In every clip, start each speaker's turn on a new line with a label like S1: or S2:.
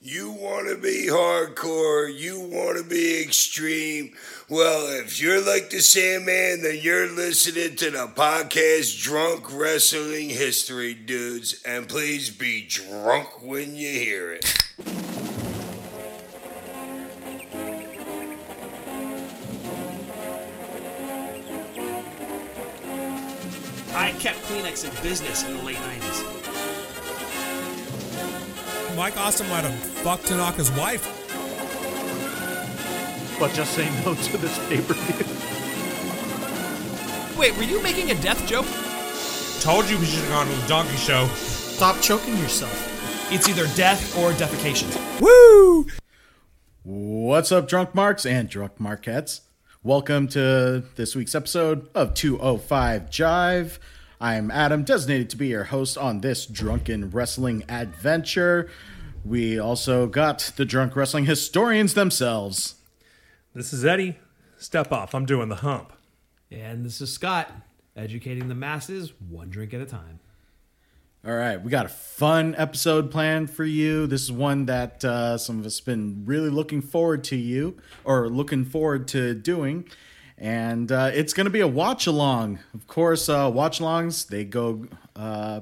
S1: You want to be hardcore, you want to be extreme. Well, if you're like the Sandman, then you're listening to the podcast Drunk Wrestling History, dudes. And please be drunk when you hear it.
S2: I kept Kleenex in business in the late 90s.
S3: Mike Austin might have fucked Tanaka's wife.
S4: But just say no to this pay per view.
S5: Wait, were you making a death joke?
S3: Told you we should have gone to the donkey show.
S6: Stop choking yourself.
S5: It's either death or defecation.
S3: Woo!
S7: What's up, drunk marks and drunk marquettes? Welcome to this week's episode of 205 Jive. I'm Adam, designated to be your host on this drunken wrestling adventure. We also got the drunk wrestling historians themselves.
S4: This is Eddie. Step off. I'm doing the hump.
S2: And this is Scott, educating the masses one drink at a time.
S7: All right, we got a fun episode planned for you. This is one that uh, some of us have been really looking forward to you or looking forward to doing. And uh, it's going to be a watch along. Of course, uh, watch alongs, they go, uh,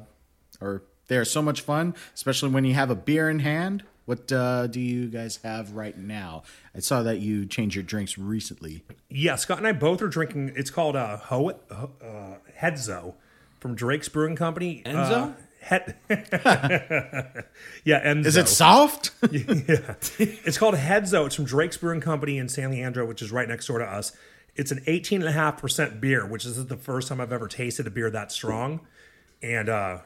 S7: or they are so much fun, especially when you have a beer in hand. What uh, do you guys have right now? I saw that you changed your drinks recently.
S4: Yeah, Scott and I both are drinking. It's called uh, Ho- Ho- uh, Hedzo from Drake's Brewing Company.
S2: Enzo?
S4: Uh, Het- yeah, Enzo.
S7: Is it soft?
S4: It's called Hedzo. It's from Drake's Brewing Company in San Leandro, which is right next door to us. It's an 18.5% beer, which is the first time I've ever tasted a beer that strong. And uh,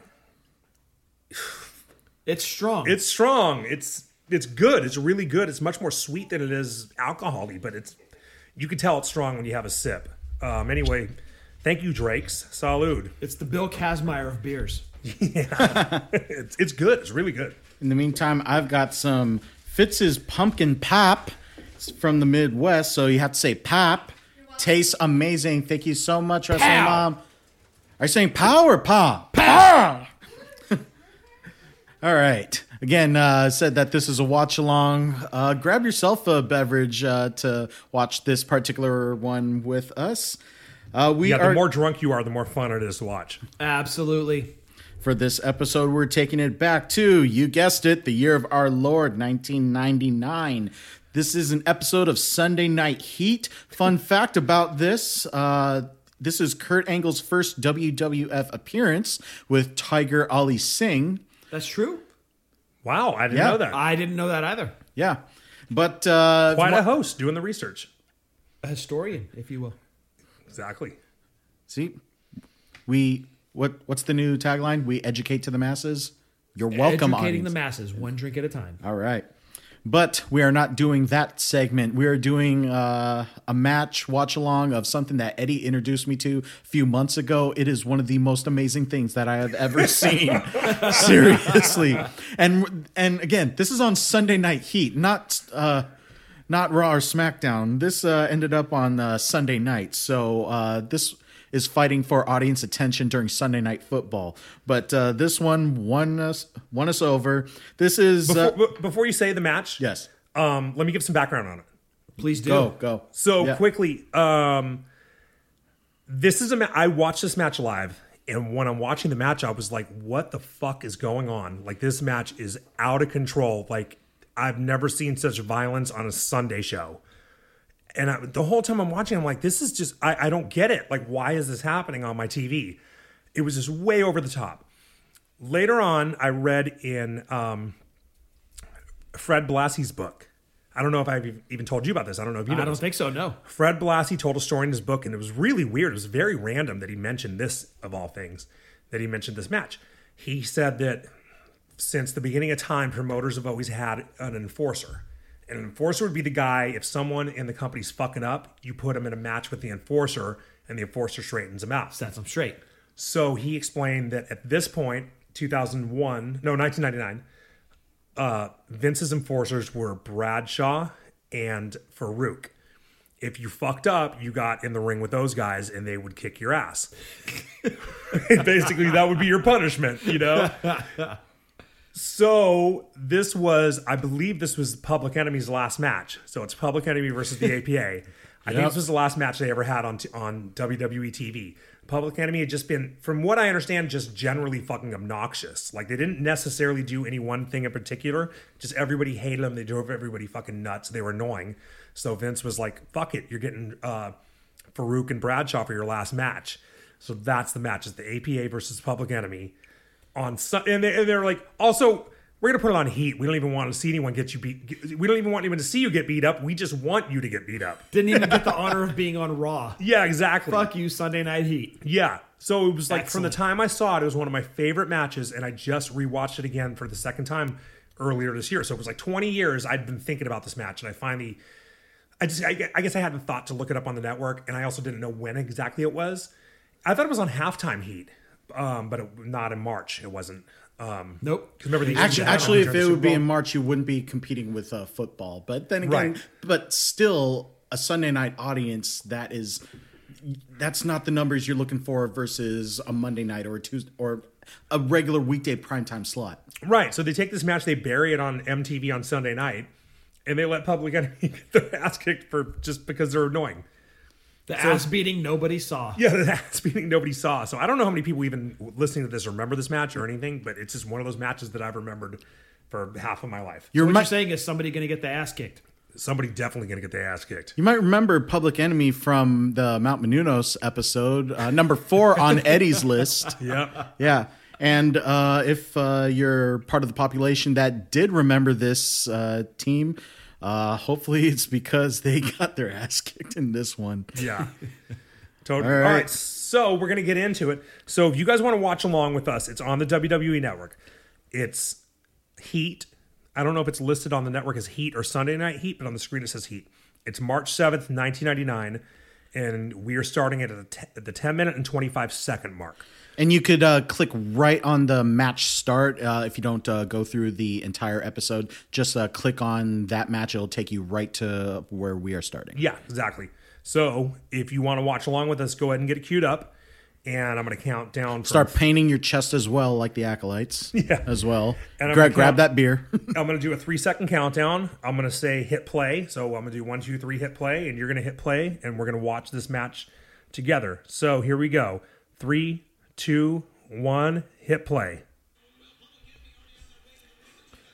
S2: It's strong.
S4: it's strong. It's it's good. It's really good. It's much more sweet than it is alcoholic, but it's you can tell it's strong when you have a sip. Um, anyway, thank you, Drake's. Salud.
S2: It's the Bill Kazmaier of beers.
S4: It's it's good. It's really good.
S7: In the meantime, I've got some Fitz's pumpkin pop It's from the Midwest, so you have to say pop. Tastes amazing. Thank you so much, Wrestling Mom. Are you saying power pop? Pow! All right. Again, uh, said that this is a watch along. Uh, grab yourself a beverage uh, to watch this particular one with us. Uh, we
S4: Yeah,
S7: are
S4: the more drunk you are, the more fun it is to watch.
S2: Absolutely.
S7: For this episode, we're taking it back to, you guessed it, the year of our Lord, 1999. This is an episode of Sunday Night Heat. Fun fact about this uh, this is Kurt Angle's first WWF appearance with Tiger Ali Singh.
S2: That's true.
S4: Wow, I didn't
S7: Yeah.
S4: know that.
S2: I didn't know that either.
S7: Yeah. But uh,
S4: Quite a host doing the research.
S2: A historian, if you will.
S4: Exactly.
S7: see, we, what, what's the new tagline? We educate to the masses. You're welcome,
S2: Educating
S7: audience.
S2: the masses one drink at a time.
S7: All right. But we are not doing that segment. We are doing uh, a match watch along of something that Eddie introduced me to a few months ago. It is one of the most amazing things that I have ever seen. Seriously, and and again, this is on Sunday Night Heat, not uh, not Raw or SmackDown. This uh, ended up on uh, Sunday night, so uh, this is fighting for audience attention during Sunday Night Football. But uh, this one won us won us over. This is. uh,
S4: Before, b- before you say the match,
S7: Yes.
S4: um, let me give some background on it.
S2: Please do.
S7: Go, go.
S4: So
S7: Yeah.
S4: quickly, um, this is a ma- I watched this match live, and when I'm watching the match, I was like, "What the fuck is going on? Like this match is out of control. Like I've never seen such violence on a Sunday show." And I, the whole time I'm watching, I'm like, "This is just I, I don't get it. Like why is this happening on my TV?" It was just way over the top. Later on, I read in um, Fred Blassie's book. I don't know if I've even told you about this. I don't know if you know.
S2: I don't
S4: this.
S2: think so, no.
S4: Fred Blassie told a story in his book, and it was really weird. It was very random that he mentioned this, of all things, that he mentioned this match. He said that since the beginning of time, promoters have always had an enforcer. And an enforcer would be the guy, if someone in the company's fucking up, you put him in a match with the enforcer, and the enforcer straightens him out.
S2: Sets them straight.
S4: So he explained that at this point, 2001, no, 1999, uh, Vince's enforcers were Bradshaw and Farouk. If you fucked up, you got in the ring with those guys and they would kick your ass. Basically, that would be your punishment, you know? So this was, I believe, this was Public Enemy's last match. So it's Public Enemy versus the APA. I think this was the last match they ever had on t- on WWE TV. Public Enemy had just been, from what I understand, just generally fucking obnoxious. Like they didn't necessarily do any one thing in particular. Just everybody hated them. They drove everybody fucking nuts. They were annoying. So Vince was like, "Fuck it, you're getting uh, Farouk and Bradshaw for your last match." So that's the match. It's the APA versus Public Enemy on some, and, they, and they're like, also, we're gonna put it on heat. We don't even want to see anyone get you beat. get- we don't even want anyone to see you get beat up. We just want you to get beat up.
S2: Didn't even get the honor of being on Raw.
S4: Yeah, exactly.
S2: Fuck you, Sunday Night Heat.
S4: Yeah. So it was like from the time I saw it, it was one of my favorite matches, and I just rewatched it again for the second time earlier this year. So it was like 20 years I'd been thinking about this match, and I finally, I just, I, gue- I guess I hadn't thought to look it up on the network, and I also didn't know when exactly it was. I thought it was on halftime heat, um, but it, not in March. It wasn't. Um,
S2: Nope.
S4: 'cause remember, they used to
S7: Actually,
S4: have
S7: actually,
S4: them
S7: if
S4: during
S7: it
S4: the
S7: would be
S4: Super
S7: in
S4: Bowl.
S7: March, you wouldn't be competing with uh, football. But then again,
S4: Right.
S7: but still, a Sunday night audience that is that's not the numbers you're looking for versus a Monday night or a Tuesday or a regular weekday primetime slot.
S4: Right. So they take this match, they bury it on MTV on Sunday night, and they let Public Enemy get their ass kicked for just because they're annoying.
S2: The ass beating nobody saw.
S4: Yeah, that's beating nobody saw. So I don't know how many people even listening to this remember this match or anything, but it's just one of those matches that I've remembered for half of my life.
S7: You're
S2: What
S7: mi-
S2: you're saying is somebody going to get the ass kicked.
S4: Somebody definitely gonna get their ass kicked.
S7: you might remember Public Enemy from the Mount Menunos episode, uh, number four on Eddie's list.
S4: Yeah,
S7: Yeah. And uh, if uh, you're part of the population that did remember this uh, team, uh, hopefully it's because they got their ass kicked in this one.
S4: yeah, totally.
S7: All
S4: All
S7: right.
S4: right, so we're gonna get into it. So if you guys want to watch along with us, it's on the WWE Network. It's Heat. I don't know if it's listed on the network as Heat or Sunday Night Heat, but on the screen it says Heat. It's March 7th, 1999, and we are starting it at the, te- at the 10 minute and 25 second mark.
S7: And you could uh, click right on the match start uh, if you don't uh, go through the entire episode. Just uh, click on that match; it'll take you right to where we are starting.
S4: Yeah, exactly. So if you want to watch along with us, go ahead and get it queued up. And I'm going to count down. From,
S7: Start painting your chest as well, like the acolytes. Yeah, as well.
S4: And I'm
S7: Greg,
S4: gonna
S7: grab
S4: count-
S7: that beer.
S4: I'm going to do a three second countdown. I'm going to say hit play. So I'm going to do one, two, three, hit play. And you're going to hit play. And we're going to watch this match together. So here we go. Three, two, one, hit play.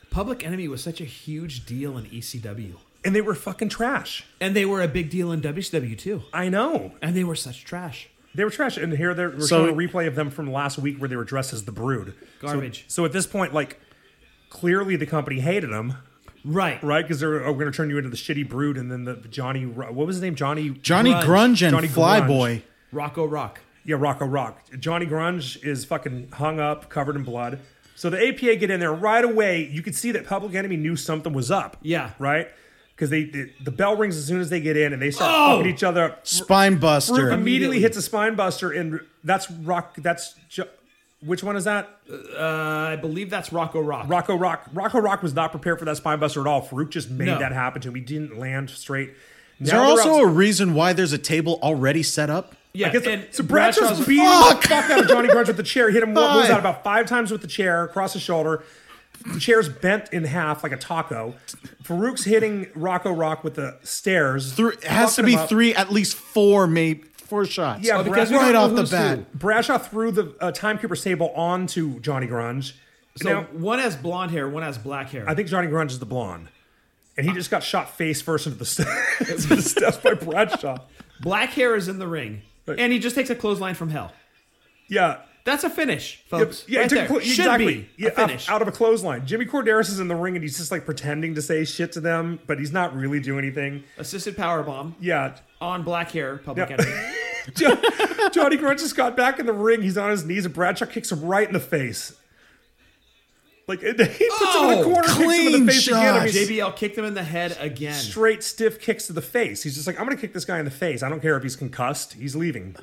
S2: Public Enemy was such a huge deal in ECW.
S4: And they were fucking trash.
S2: And they were a big deal in WCW too.
S4: I know.
S2: And they were such trash.
S4: They were trash. And here they're we're
S7: So-
S4: showing a replay of them from last week where they were dressed as the brood.
S2: Garbage.
S4: So at this point, like, clearly the company hated them.
S2: Right.
S4: right? Because they're oh, we're gonna turn you into the shitty brood, and then the Johnny, what was his name? Johnny,
S7: Johnny
S2: Grunge.
S7: Grunge, and
S4: Johnny
S7: Flyboy.
S2: Rocco Rock.
S4: yeah, Rocco Rock. Johnny Grunge is fucking hung up, covered in blood. So the APA get in there right away. You could see that Public Enemy knew something was up.
S2: Yeah.
S4: right. Because they, they- the bell rings as soon as they get in, and they start fucking each other up.
S7: Spine Buster.
S4: Immediately, hits a spine buster, and that's Rock. That's jo- which one is that?
S2: Uh, I believe that's Rocco Rock.
S4: Rocco Rock. Rocco Rock was not prepared for that spine buster at all. Farouk just made
S2: No.
S4: that happen to him. He didn't land straight.
S7: Is there also a reason why there's a table already set up?
S2: yeah.
S4: I guess-
S2: and
S4: so Bradshaw's,
S2: Bradshaw's-
S4: beating the fuck out of Johnny Grunge with the chair. Hit him one, moves
S7: Five.
S4: out about five times with the chair across his shoulder. The chair's bent in half like a taco. Farouk's hitting Rocco Rock with the stairs.
S7: Three, it has to
S4: fucking
S7: be
S4: him up.
S7: three, at least four, maybe four shots.
S4: Yeah,
S2: Oh, because we
S4: Bradshaw,
S7: right
S2: don't know
S7: off the
S2: who's
S7: bat.
S2: who.
S4: Bradshaw threw the uh, timekeeper's table onto Johnny Grunge.
S2: So
S4: now,
S2: one has blonde hair, one has black hair.
S4: I think Johnny Grunge is the blonde. And he just got shot face first into the, st- into the steps by Bradshaw.
S2: black hair is in the ring. And he just takes a clothesline from hell.
S4: Yeah.
S2: That's a finish, folks.
S4: Yeah,
S2: right
S4: to
S2: there.
S4: clo-
S2: Should
S4: exactly.
S2: be
S4: Yeah,
S2: a finish.
S4: Out, out of a clothesline. Jimmy Corderas is in the ring and he's just like pretending to say shit to them, but he's not really doing anything.
S2: Assisted power bomb
S4: Yeah.
S2: on black hair, public
S4: Yeah.
S2: enemy.
S4: Jo- Johnny Grunge just got back in the ring. He's on his knees and Bradshaw kicks him right in the face. Like, and he puts him in the
S2: Oh,
S4: corner, kicks him in
S7: clean
S4: the face again. I
S7: shot.
S4: mean,
S2: JBL kicked him in the head again.
S4: straight stiff kicks to the face. He's just like, I'm going to kick this guy in the face. I don't care if he's concussed. He's leaving.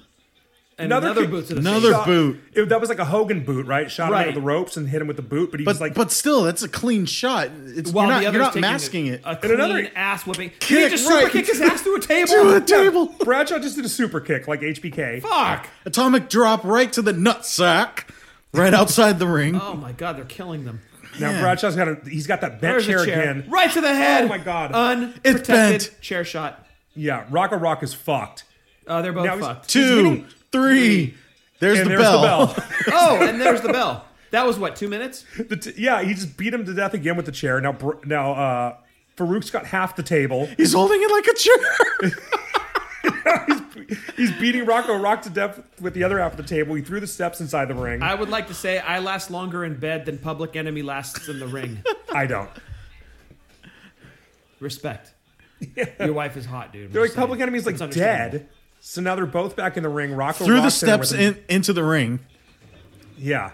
S2: And another,
S4: kick-
S2: boot to the
S7: Another
S2: face.
S4: Shot-
S7: boot.
S4: It- that was like a Hogan boot, right? Shot him
S2: Right.
S4: under the ropes and hit him with the boot, but he
S7: But
S4: was like,
S7: but still, that's a clean shot. It's,
S2: While
S7: you're
S2: the
S7: not,
S2: other
S7: you're not masking it.
S5: uh,
S2: A
S4: And
S2: clean
S4: another-
S2: ass whipping. Did
S7: Kick,
S2: he just
S7: right.
S2: super kick his ass through a table.
S7: to the table.
S4: Bradshaw just did a super kick like HBK.
S2: Fuck.
S7: Atomic drop right to the nutsack, right outside the ring.
S5: Uh,
S2: Oh my god, they're killing them.
S4: Now Bradshaw's got a, he's got that bent
S5: There's
S4: chair,
S5: a chair.
S4: again. Oh
S5: Right to the head.
S4: my God.
S5: Unprotected
S7: bent.
S5: chair shot.
S4: Yeah, Rocka Rock is fucked.
S5: Uh, they're both
S4: Now he's-
S5: fucked.
S7: Two, three. There's,
S4: And
S7: the,
S4: there's
S7: bell.
S4: the bell.
S5: oh, and there's the bell. That was what two minutes?
S4: The t- yeah, he just beat him to death again with the chair. Now Br- now uh, Farouk's got half the table.
S7: He's holding it like a chair.
S4: He's beating Rocco Rock to death with the other half of the table. He threw the steps inside the ring.
S5: I would like to say I last longer in bed than Public Enemy lasts in the ring.
S4: I don't.
S5: Respect. Your wife is hot, dude.
S4: They're like Public Enemy's like
S5: It's understandable.
S4: dead. So now they're both back in the ring. Rocco
S7: Through the
S4: Rock's in there with
S7: steps
S4: him.
S7: in, into the ring.
S4: Yeah,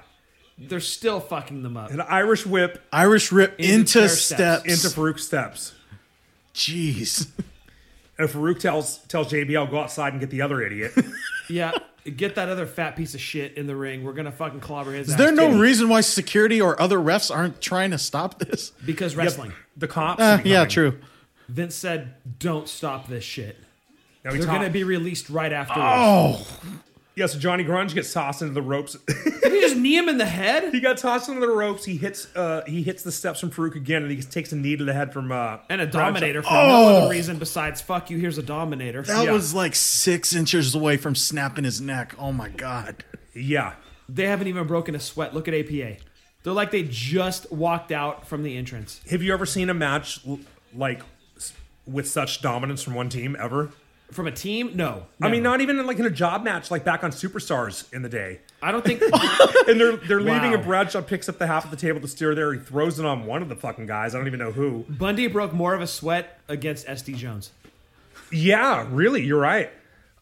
S5: They're still fucking them up.
S4: an Irish whip
S7: Irish rip
S5: Into
S7: into,
S5: chair
S7: steps.
S5: steps.
S4: into Farouk's steps.
S7: Jeez.
S4: And Farouk tells tells JBL go outside and get the other idiot.
S5: Yeah, get that other fat piece of shit in the ring. We're gonna fucking clobber his
S7: Is
S5: ass.
S7: there no
S5: too.
S7: reason why security or other refs aren't trying to stop this?
S5: because wrestling.
S4: the cops.
S7: Uh,
S4: will be
S7: yeah,
S4: coming.
S7: true.
S5: Vince said, "Don't stop this shit.
S4: Now he
S5: They're
S4: talk-
S5: gonna be released right afterwards."
S7: Oh,
S4: Yeah, so Johnny Grunge gets tossed into the ropes.
S5: Did he just knee him in the head
S4: he got tossed into the ropes. He hits uh he hits the steps from Farouk again, and he takes a knee to the head from uh
S5: and a
S4: Bradshaw.
S5: dominator for
S7: Oh.
S5: no other reason besides "fuck you." Here's a dominator.
S7: that
S4: Yeah.
S7: was like six inches away from snapping his neck. Oh my god.
S4: Yeah,
S5: They haven't even broken a sweat. Look at APA. They're like they just walked out from the entrance.
S4: have you ever seen a match l- like s- with such dominance from one team ever?
S5: From a team? No.
S4: I mean,
S5: Never.
S4: not even in, like in a job match, like back on Superstars in the day.
S5: I don't think
S4: And they're they're leaving,
S5: Wow.
S4: and Bradshaw picks up the half of the table to steer there. He throws it on one of the fucking guys. I don't even know who.
S5: Bundy broke more of a sweat against SD Jones.
S4: Yeah, really, you're right.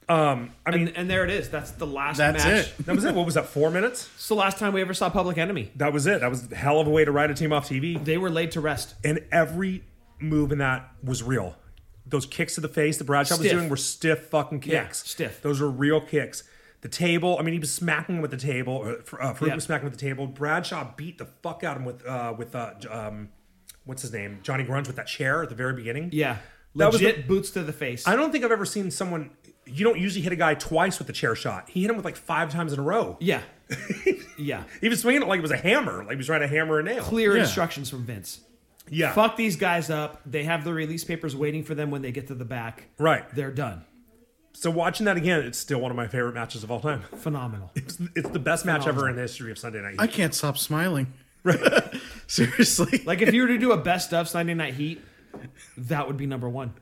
S4: Um, I mean,
S5: And, and there it is. That's the last
S7: That's
S5: match.
S7: it.
S4: that was it. What was that? Four minutes.
S5: It's the last time we ever saw Public Enemy.
S4: That was it. That was a hell of a way to ride a team off TV.
S5: They were laid to rest.
S4: And every move in that was real. Those kicks to the face that Bradshaw was
S5: Stiff.
S4: doing were stiff fucking kicks.
S5: Yeah, stiff.
S4: Those were real kicks. The table. I mean, he was smacking with the table. Or, uh, Farouk
S5: Yeah.
S4: was smacking with the table. Bradshaw beat the fuck out of him with uh, with uh, J- um, what's his name? Johnny Grunge with that chair at the very beginning.
S5: Yeah.
S4: That was
S5: Legit
S4: the-
S5: boots to the face.
S4: I don't think I've ever seen someone. You don't usually hit a guy twice with a chair shot. He hit him with like five times in a row.
S5: yeah. yeah.
S4: He was swinging it like it was a hammer, like he was trying to hammer a nail.
S5: Clear
S7: Yeah.
S5: instructions from Vince.
S4: Yeah.
S5: Fuck these guys up. They have the release papers waiting for them when they get to the back.
S4: Right.
S5: They're done.
S4: So watching that again, it's still one of my favorite matches of all time.
S5: Phenomenal.
S4: It's, it's the best match ever in the history of Sunday Night
S7: I
S4: Heat.
S7: can't stop smiling. Seriously.
S5: like if you were to do a best of Sunday Night Heat, that would be number one.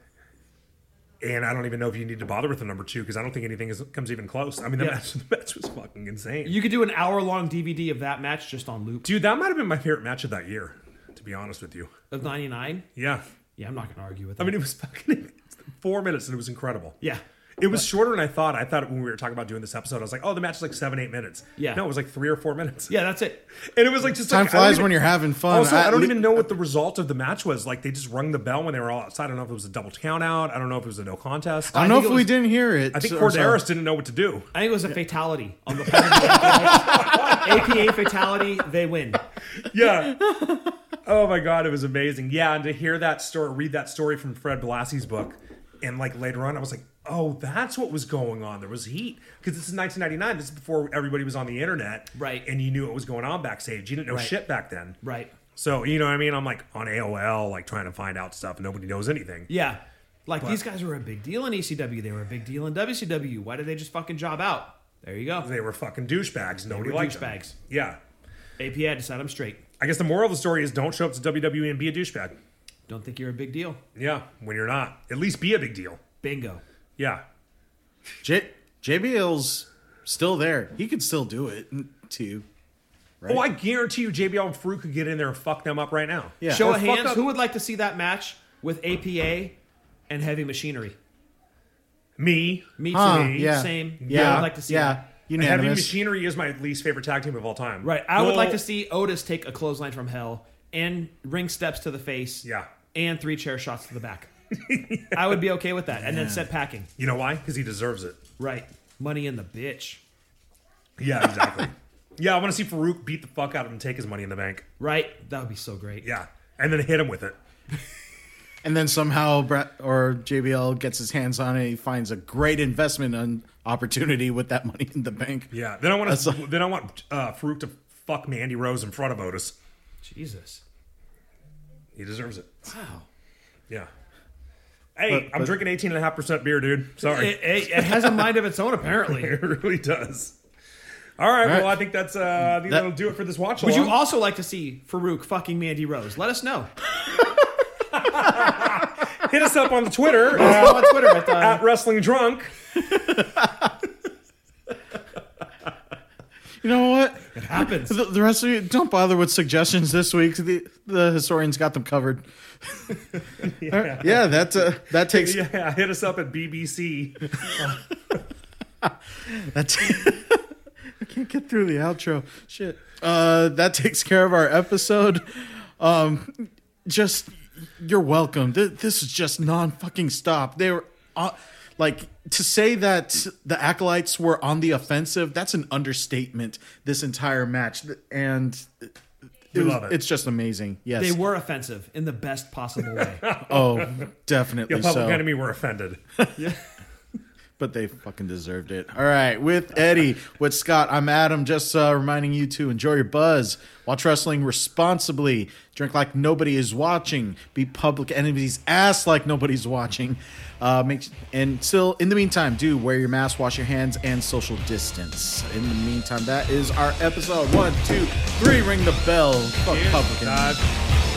S4: and I don't even know if you need to bother with the number two because I don't think anything is, comes even close. I mean, the,
S5: Yeah.
S4: match, the match was fucking insane.
S5: You could do an hour long DVD of that match just on loop
S4: Dude, that might have been my favorite match of that year, to be honest with you.
S5: of 99.
S4: Yeah.
S5: Yeah, I'm not going to argue with that.
S4: I mean, it was fucking four minutes and it was incredible.
S5: yeah.
S4: It was shorter than I thought. I thought when we were talking about doing this episode, I was like, oh, the match is like seven, eight minutes.
S5: Yeah.
S4: No, it was like three or four minutes.
S5: Yeah, that's it.
S4: And it was like just
S7: Time
S4: like, I don't
S7: flies
S4: even-
S7: when you're having fun.
S4: Also, I,
S7: I-
S4: don't even know what the result of the match was. Like they just rung the bell when they were all outside. I don't know if it was a double count out. I don't know if it was a no contest.
S7: I
S4: I,
S7: don't know
S5: think
S7: if
S5: it
S7: we
S5: was-
S7: didn't hear it.
S4: think
S7: or so.
S4: Corderas didn't know what to do.
S5: I think it was a fatality on the part of the APA fatality. They win.
S4: Yeah. oh my god, it was amazing. Yeah, and to hear that story, read that story from Fred Blassie's book, and like later on, I was like, oh, that's what was going on. There was heat because this is 1999. This is before everybody was on the internet,
S5: Right.
S4: And you knew what was going on backstage. You didn't know
S5: Right.
S4: shit back then,
S5: Right.
S4: So you know what I mean? I'm like on AOL, like trying to find out stuff. and Nobody knows anything.
S5: Yeah. Like these guys were a big deal in ECW. They were a big deal in WCW. Why did they just fucking job out? There you go.
S4: They were fucking douchebags. Nobody
S5: were
S4: liked them.
S5: douchebags.
S4: Yeah.
S5: APA had to set them straight.
S4: I guess the moral of the story is don't show up to WWE and be a douchebag.
S5: Don't think you're a big deal.
S4: Yeah, when you're not. At least be a big deal.
S5: Bingo.
S4: Yeah.
S7: J- JBL's still there. He could still do it too.
S4: Oh, I guarantee you JBL and Farouk could get in there and fuck them up right now.
S7: Yeah.
S5: Show
S4: Or
S5: of
S4: fuck
S5: hands,
S4: up-
S5: who would like to see that match with APA and heavy machinery?
S4: Me.
S5: Me too.
S7: Huh,
S5: Me,
S7: yeah.
S5: Same. I
S7: Yeah.
S5: would like to see
S7: yeah.
S5: that.
S4: Heavy
S7: Unanimous.
S4: Machinery is my least favorite tag team of all time.
S5: Right. I would
S4: Well,
S5: like to see Otis take a clothesline from hell and ring steps to the face.
S4: Yeah.
S5: And three chair shots to the back. I would be okay with that. And then set packing.
S4: You know why? Because he deserves it.
S5: Right. Money in the bitch.
S4: Yeah, exactly. yeah, I want to see Farouk beat the fuck out of him and take his money in the bank.
S5: Right? That would be so great.
S4: Yeah. And then hit him with it.
S7: And then somehow Brett or JBL gets his hands on it. He finds a great investment on opportunity with that money in the bank.
S4: Yeah. Then I want
S7: That's
S4: to.
S7: a-
S4: Then I want uh, Farouk to fuck Mandy Rose in front of Otis.
S5: Jesus.
S4: He deserves it.
S5: Wow.
S4: Yeah. Hey, I'm drinking 18.5% beer, dude. Sorry.
S5: It, it, it has a mind of its own, apparently.
S4: It really does. All right.
S7: right.
S4: Well, I think that's uh, I think
S7: That-
S4: that'll do it for this watch.
S5: Would you
S4: along.
S5: also like to see Farouk fucking Mandy Rose? Let us know.
S4: hit us up on Twitter uh,
S5: on Twitter at, uh,
S4: at Wrestling Drunk?
S7: You know what?
S5: happens.
S7: The, the rest of you don't bother with suggestions this week. The the historians got them covered. yeah. that uh, that takes
S4: Yeah, hit us up at BBC.
S7: that. I I can't get through the outro. Shit. Uh, that takes care of our episode. Um, just you're welcome. Th- This is just non fucking stop. They were on, like to say that the acolytes were on the offensive. That's an understatement. This entire match and. It was-
S4: love it.
S7: It's just amazing. Yes.
S5: They were offensive in the best possible way.
S7: Oh, definitely
S4: Public
S7: so.
S4: Enemy were offended.
S7: But they fucking deserved it. All right, with Eddie, with Scott, I'm Adam. Just uh, reminding you to enjoy your buzz, watch wrestling responsibly, drink like nobody is watching, be public enemy's ass like nobody's watching. Uh, make and still in the meantime, do wear your mask, wash your hands, and social distance. In the meantime, that is our episode. One, two, three. Ring the bell. Fuck public enemy.
S4: God.